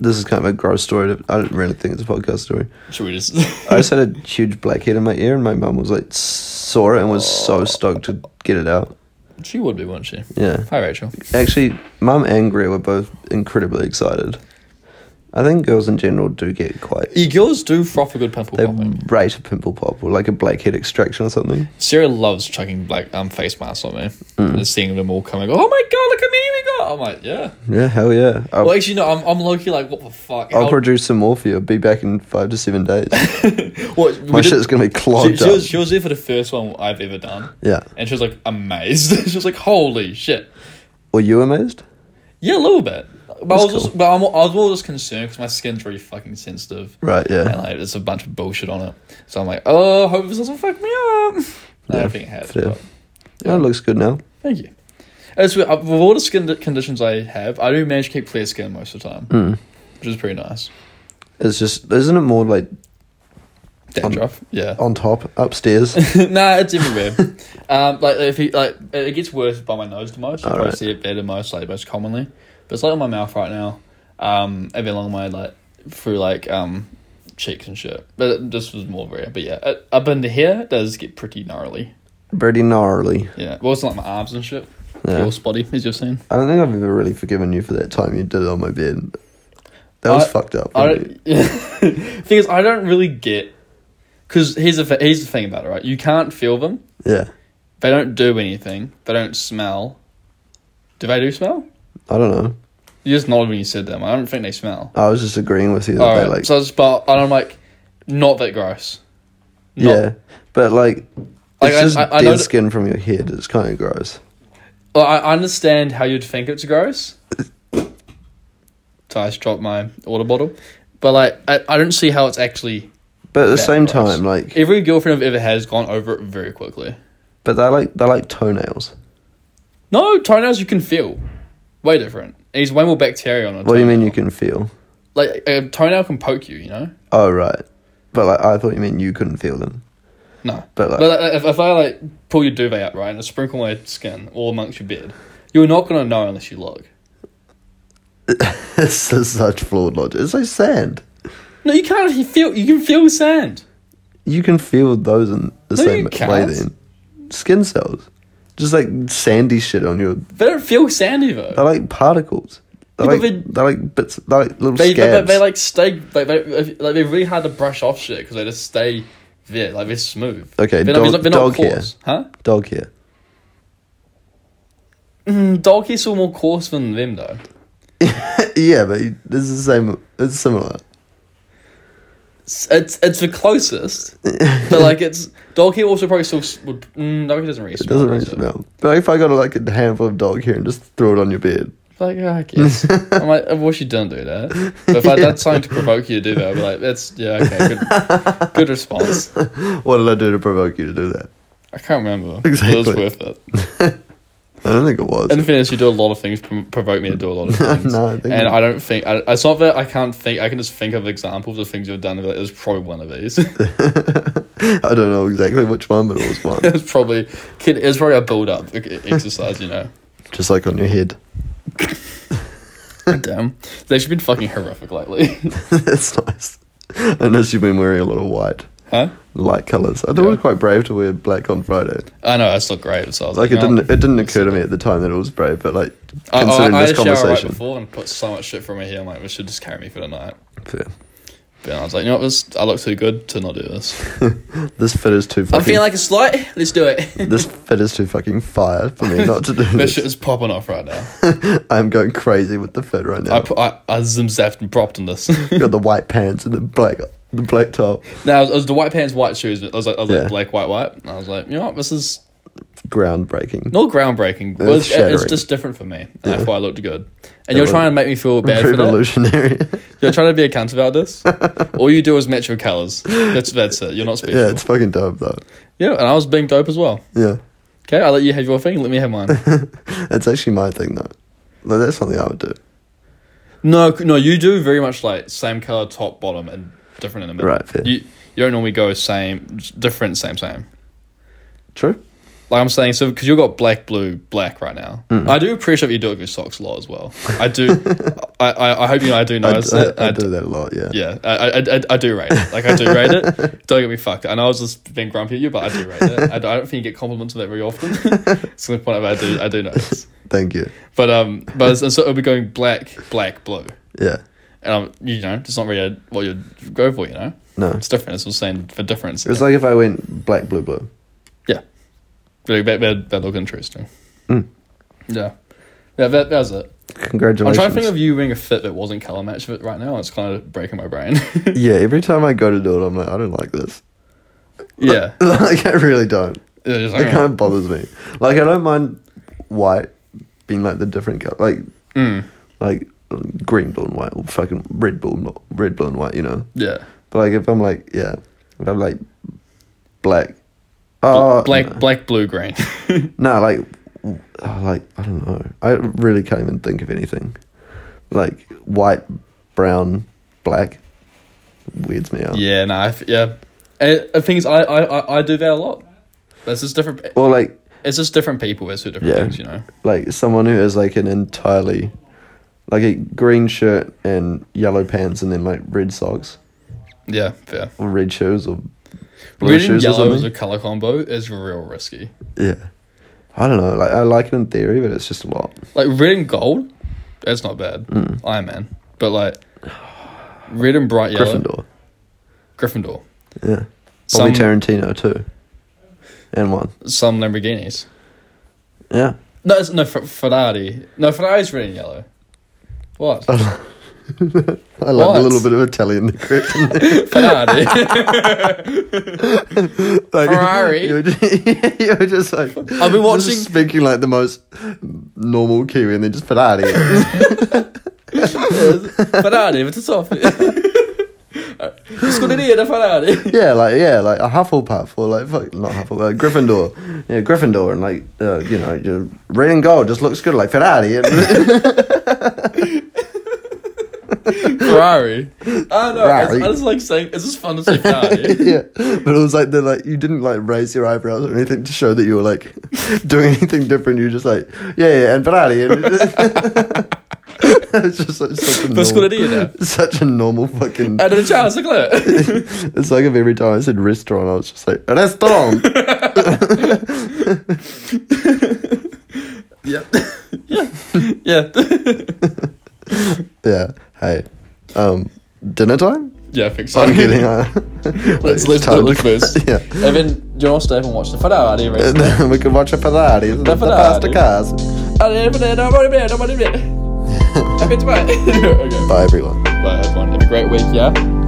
Speaker 2: this is kind of a gross story. To, I don't really think it's a podcast story.
Speaker 3: should we just?
Speaker 2: I just had a huge blackhead in my ear, and my mum was like saw it and was so stoked to get it out.
Speaker 3: she would be, wouldn't she?
Speaker 2: Yeah,
Speaker 3: Hi, Rachel.
Speaker 2: actually, mum and Greer were both incredibly excited. I think girls in general do get quite.
Speaker 3: Yeah, girls do froth a good pimple
Speaker 2: They
Speaker 3: popping.
Speaker 2: rate a pimple pop or like a blackhead extraction or something.
Speaker 3: Sarah loves chucking black um face masks on me.
Speaker 2: Mm.
Speaker 3: And just seeing them all coming, oh my god, look at me, we got. I'm like, yeah.
Speaker 2: Yeah, hell yeah. I'll,
Speaker 3: Well, actually, no, I'm, I'm low key like, what the fuck?
Speaker 2: Oh. I'll
Speaker 3: How-
Speaker 2: produce some more for you. Be back in five to seven days.
Speaker 3: what, we
Speaker 2: My
Speaker 3: did-
Speaker 2: shit's gonna be
Speaker 3: she,
Speaker 2: clogged
Speaker 3: she, was,
Speaker 2: up.
Speaker 3: she was there for the first one I've ever done.
Speaker 2: Yeah.
Speaker 3: And she was like amazed. she was like, holy shit.
Speaker 2: Were you amazed?
Speaker 3: Yeah, a little bit. But I was,
Speaker 2: That's cool.
Speaker 3: just, but I'm, I was more just concerned because my skin's really fucking sensitive.
Speaker 2: Right.
Speaker 3: And
Speaker 2: Yeah.
Speaker 3: like, there's a bunch of bullshit on it. So I'm like, oh, hope this doesn't fuck me up. I
Speaker 2: Yeah,
Speaker 3: don't think it has.
Speaker 2: fair.
Speaker 3: but-
Speaker 2: Yeah, it looks good now.
Speaker 3: Thank you. As with, uh, with all the skin conditions I have, I do manage to keep clear skin most of the time,
Speaker 2: Hmm.
Speaker 3: which is pretty nice.
Speaker 2: It's just isn't it more like
Speaker 3: Dandruff, yeah.
Speaker 2: on top upstairs?
Speaker 3: nah, it's everywhere. um, like if you, like, it it gets worse by my nose the most. You probably
Speaker 2: Alright.
Speaker 3: see it better most, like most commonly. But it's like on my mouth right now, um, and along my like through like um cheeks and shit. But it- this was more rare. But yeah, uh, up into here it does get pretty gnarly.
Speaker 2: Pretty gnarly.
Speaker 3: Yeah, well, it's not like my arms and shit.
Speaker 2: Yeah.
Speaker 3: They're all spotty, as you've seen.
Speaker 2: I don't think I've ever really forgiven you for that time you did it on my bed. That was
Speaker 3: I-
Speaker 2: fucked up.
Speaker 3: I
Speaker 2: wasn't it?
Speaker 3: don't, thing is, I don't really get because here's the th- here's the thing about it, right? You can't feel them.
Speaker 2: yeah.
Speaker 3: They don't do anything. They don't smell. Do they do smell?
Speaker 2: I don't know.
Speaker 3: You just nodded when you said them. I don't think they smell.
Speaker 2: I was just agreeing with you that
Speaker 3: All
Speaker 2: they
Speaker 3: right,
Speaker 2: like
Speaker 3: so I was but and I'm like, not that gross. Not,
Speaker 2: Yeah. But like
Speaker 3: Like,
Speaker 2: it's
Speaker 3: I-
Speaker 2: just
Speaker 3: I- I know
Speaker 2: dead
Speaker 3: that-
Speaker 2: skin from your head. It's kind of gross.
Speaker 3: Well, I I understand how you'd think it's gross. so I just dropped my water bottle, but like I, I don't see how it's actually.
Speaker 2: But at the
Speaker 3: that
Speaker 2: same
Speaker 3: gross.
Speaker 2: time, like,
Speaker 3: every girlfriend I've ever had has gone over it very quickly.
Speaker 2: but they like they like toenails.
Speaker 3: No, toenails you can feel. Way different. And He's way more bacteria on it.
Speaker 2: What do you mean you can feel?
Speaker 3: Like a toenail can poke you, you know.
Speaker 2: Oh right, but like I thought you meant you couldn't feel them.
Speaker 3: No,
Speaker 2: But, like-
Speaker 3: but like, if, if I like pull your duvet out right and I sprinkle my skin all amongst your bed, you're not gonna know unless you look.
Speaker 2: this is such flawed logic. It's like sand.
Speaker 3: No, you can't. You feel. You can feel sand.
Speaker 2: You can feel those in the
Speaker 3: No,
Speaker 2: same
Speaker 3: you
Speaker 2: way.
Speaker 3: can't.
Speaker 2: Then skin cells, just like sandy shit on your.
Speaker 3: They don't feel sandy
Speaker 2: They're
Speaker 3: though.
Speaker 2: like particles. They're
Speaker 3: Yeah,
Speaker 2: like
Speaker 3: but
Speaker 2: they, are like bits. They're like little
Speaker 3: They they, they,
Speaker 2: scabs.
Speaker 3: they like stay. They, they like they're really hard to brush off shit because they just stay there. Like they're smooth.
Speaker 2: Okay,
Speaker 3: they're not,
Speaker 2: dog-
Speaker 3: they're not
Speaker 2: dog hair.
Speaker 3: coarse, huh?
Speaker 2: Dog hair.
Speaker 3: Mm, Dolke's still more coarse than them though.
Speaker 2: yeah, but he- it's the same. It's similar.
Speaker 3: It's it's, it's the closest, but like it's Dolke also probably still s- would. Mm, Dolke doesn't really.
Speaker 2: It doesn't really
Speaker 3: so-
Speaker 2: smell. But if I got like a handful of dog hair and just throw it on your bed,
Speaker 3: Like yeah, I guess I'm like I wish you didn't do that. But if I did something to provoke you to do that, I'd be like, that's yeah, okay, good, good response.
Speaker 2: what did I do to provoke you to do that?
Speaker 3: I can't remember. But
Speaker 2: Exactly.
Speaker 3: it was worth it.
Speaker 2: I don't think it was.
Speaker 3: In fairness, you do a lot of things pro- provoke me to do a lot of things.
Speaker 2: No, I think-
Speaker 3: and I don't think I, it's not that I can't think. I can just think of examples of things you've done. and be Like, it was probably one of these. it
Speaker 2: I don't know exactly which one, but it was one.
Speaker 3: was probably kid. It was probably a build up exercise. You know,
Speaker 2: just like on your head.
Speaker 3: damn, they should been fucking horrific lately,
Speaker 2: That's nice. Unless you've been wearing a lot of white,
Speaker 3: huh?
Speaker 2: light colours. I thought it was
Speaker 3: Yeah.
Speaker 2: quite brave to wear black on Friday.
Speaker 3: I know it's not great. So I was
Speaker 2: Like
Speaker 3: like,
Speaker 2: it
Speaker 3: oh.
Speaker 2: didn't. It didn't occur to me at the time that it was brave, but like
Speaker 3: I, I,
Speaker 2: considering
Speaker 3: I had a
Speaker 2: this
Speaker 3: shower right
Speaker 2: conversation,
Speaker 3: before and put so much shit from my hair. I'm like, we should just carry me for the night.
Speaker 2: Fair.
Speaker 3: But I was like, you know what, this, I look too good to not do this.
Speaker 2: this fit is too.
Speaker 3: I'm
Speaker 2: Fucking,
Speaker 3: feeling like a slight. Let's do it.
Speaker 2: this fit is too fucking fire for me not to do
Speaker 3: this shit
Speaker 2: this.
Speaker 3: is popping off right now.
Speaker 2: I'm going crazy with the fit right now.
Speaker 3: I, pu- I, I zim zapped and propped on this.
Speaker 2: got the white pants and the black the black top.
Speaker 3: now it was the white pants, white shoes. I was like, I was
Speaker 2: Yeah.
Speaker 3: like black, white, white. And I was like, you know what, this is
Speaker 2: Groundbreaking.
Speaker 3: not groundbreaking. but It's, it's
Speaker 2: shattering.
Speaker 3: just different for me. And That's why I looked good. And you're
Speaker 2: was
Speaker 3: trying to make me feel bad for that.
Speaker 2: Revolutionary.
Speaker 3: You're trying to be a cunt about this. All you do is match your colours. That's that's it. You're not special.
Speaker 2: yeah,
Speaker 3: Yeah,
Speaker 2: it's fucking dope though.
Speaker 3: and I was being dope as well.
Speaker 2: Yeah.
Speaker 3: Okay, I let you have your thing. Let me have mine.
Speaker 2: That's actually my thing though. Like, that's something I would do.
Speaker 3: No, c- no, you do very much like same color top, bottom, and different in the middle.
Speaker 2: Right, fair.
Speaker 3: You you don't normally go same, different, same, same.
Speaker 2: True.
Speaker 3: Like I'm saying, so because you've got black, blue, black right now.
Speaker 2: Mm-hmm.
Speaker 3: I do appreciate you do it with your socks a lot as well. I do. I, I, I hope you know I do
Speaker 2: I,
Speaker 3: notice
Speaker 2: I-
Speaker 3: it.
Speaker 2: I
Speaker 3: I d-
Speaker 2: do that a lot. Yeah.
Speaker 3: Yeah, I, I, I, I do rate it. Like I do rate it. Don't get me fucked. I know I was just being grumpy at you, but I do rate it. I, d- I don't think you get compliments on that very often. it's the point of I do I do notice.
Speaker 2: Thank you.
Speaker 3: But um, but it's- so it'll be going black, black, blue.
Speaker 2: Yeah.
Speaker 3: And um, you know, it's not really a, what you go for, you know?
Speaker 2: No.
Speaker 3: It's different. It's all saying for difference.
Speaker 2: It's like if I went black, blue, blue.
Speaker 3: yeah. Really, that, that, that looked interesting. Yeah. Yeah, that, that was it. I'm
Speaker 2: Congratulations.
Speaker 3: trying to think of you wearing a fit that wasn't color match fit right now. It's kind of breaking my brain.
Speaker 2: yeah. Every time I go to do it, I'm like, I don't like this.
Speaker 3: yeah.
Speaker 2: like I really don't.
Speaker 3: It was
Speaker 2: It
Speaker 3: like,
Speaker 2: kind of bothers me. Like I don't mind white being like the different color, like
Speaker 3: mm,
Speaker 2: like green, blue, and white, or fucking red, blue, and- red, blue, and white. You know.
Speaker 3: yeah.
Speaker 2: But like if I'm like yeah, if I'm like black, oh
Speaker 3: black, black, blue, green.
Speaker 2: no, like oh, like I don't know. I really can't even think of anything. Like white, brown, black weirds me out.
Speaker 3: yeah, no, I f yeah. And the thing is, I, I, I, I do that a lot. It's just different.
Speaker 2: Or like
Speaker 3: It's just different people. It's two different
Speaker 2: Yeah.
Speaker 3: things, you know.
Speaker 2: like someone who has like an entirely like a green shirt and yellow pants and then like red socks
Speaker 3: Yeah, fair.
Speaker 2: or red shoes or blue
Speaker 3: Red and
Speaker 2: shoes or
Speaker 3: yellow as a
Speaker 2: something.
Speaker 3: color combo is real risky.
Speaker 2: Yeah. I don't know. Like I like it in theory, but it's just a lot.
Speaker 3: Like red and gold, that's not bad.
Speaker 2: Hmm.
Speaker 3: Iron Man, but like red and bright yellow, Gryffindor.
Speaker 2: Gryffindor. Yeah.
Speaker 3: Some
Speaker 2: Bobby Tarantino too. And one.
Speaker 3: some Lamborghinis.
Speaker 2: Yeah.
Speaker 3: No, it's, no Fer- Ferrari. No Ferrari's red and yellow. What
Speaker 2: I love a
Speaker 3: What?
Speaker 2: little bit of Italian description.
Speaker 3: Ferrari?
Speaker 2: like,
Speaker 3: Ferrari?
Speaker 2: You were just, you were just like I've
Speaker 3: been watching-
Speaker 2: speaking like the most normal Kiwi and then just Ferrari.
Speaker 3: Ferrari, vet du så? Du skulle reda Ferrari.
Speaker 2: Yeah, like yeah, like a Hufflepuff or like fuck, not Hufflepuff, uh, Gryffindor. Yeah, Gryffindor and like uh, you know, your red and gold just looks good like Ferrari. And
Speaker 3: Ferrari. I know. I
Speaker 2: Ferrari.
Speaker 3: just, I just like saying, it's just fun to say Ferrari.
Speaker 2: yeah, but it was like the like you didn't like raise your eyebrows or anything to show that you were like doing anything different. You were just like yeah, yeah, and Ferrari. And it's just like such a
Speaker 3: Vad skulle det
Speaker 2: normal,
Speaker 3: där?
Speaker 2: such a normal fucking.
Speaker 3: Är det en chans att klä?
Speaker 2: It's like if every time I said restaurant, I was just like restaurant.
Speaker 3: Ja. Ja. Ja.
Speaker 2: yeah. Hey, um, dinner time.
Speaker 3: Yeah, I think so.
Speaker 2: I'm kidding. I-
Speaker 3: Let's
Speaker 2: It's
Speaker 3: let's
Speaker 2: time
Speaker 3: do it
Speaker 2: to-
Speaker 3: first.
Speaker 2: Yeah.
Speaker 3: Evan, do you want to stay up and watch the Ferrari race?
Speaker 2: And then we can watch a Ferrari. The, the faster
Speaker 3: Ferrari.
Speaker 2: cars.
Speaker 3: okay.
Speaker 2: Bye, everyone.
Speaker 3: Bye, everyone. Have a great week, yeah?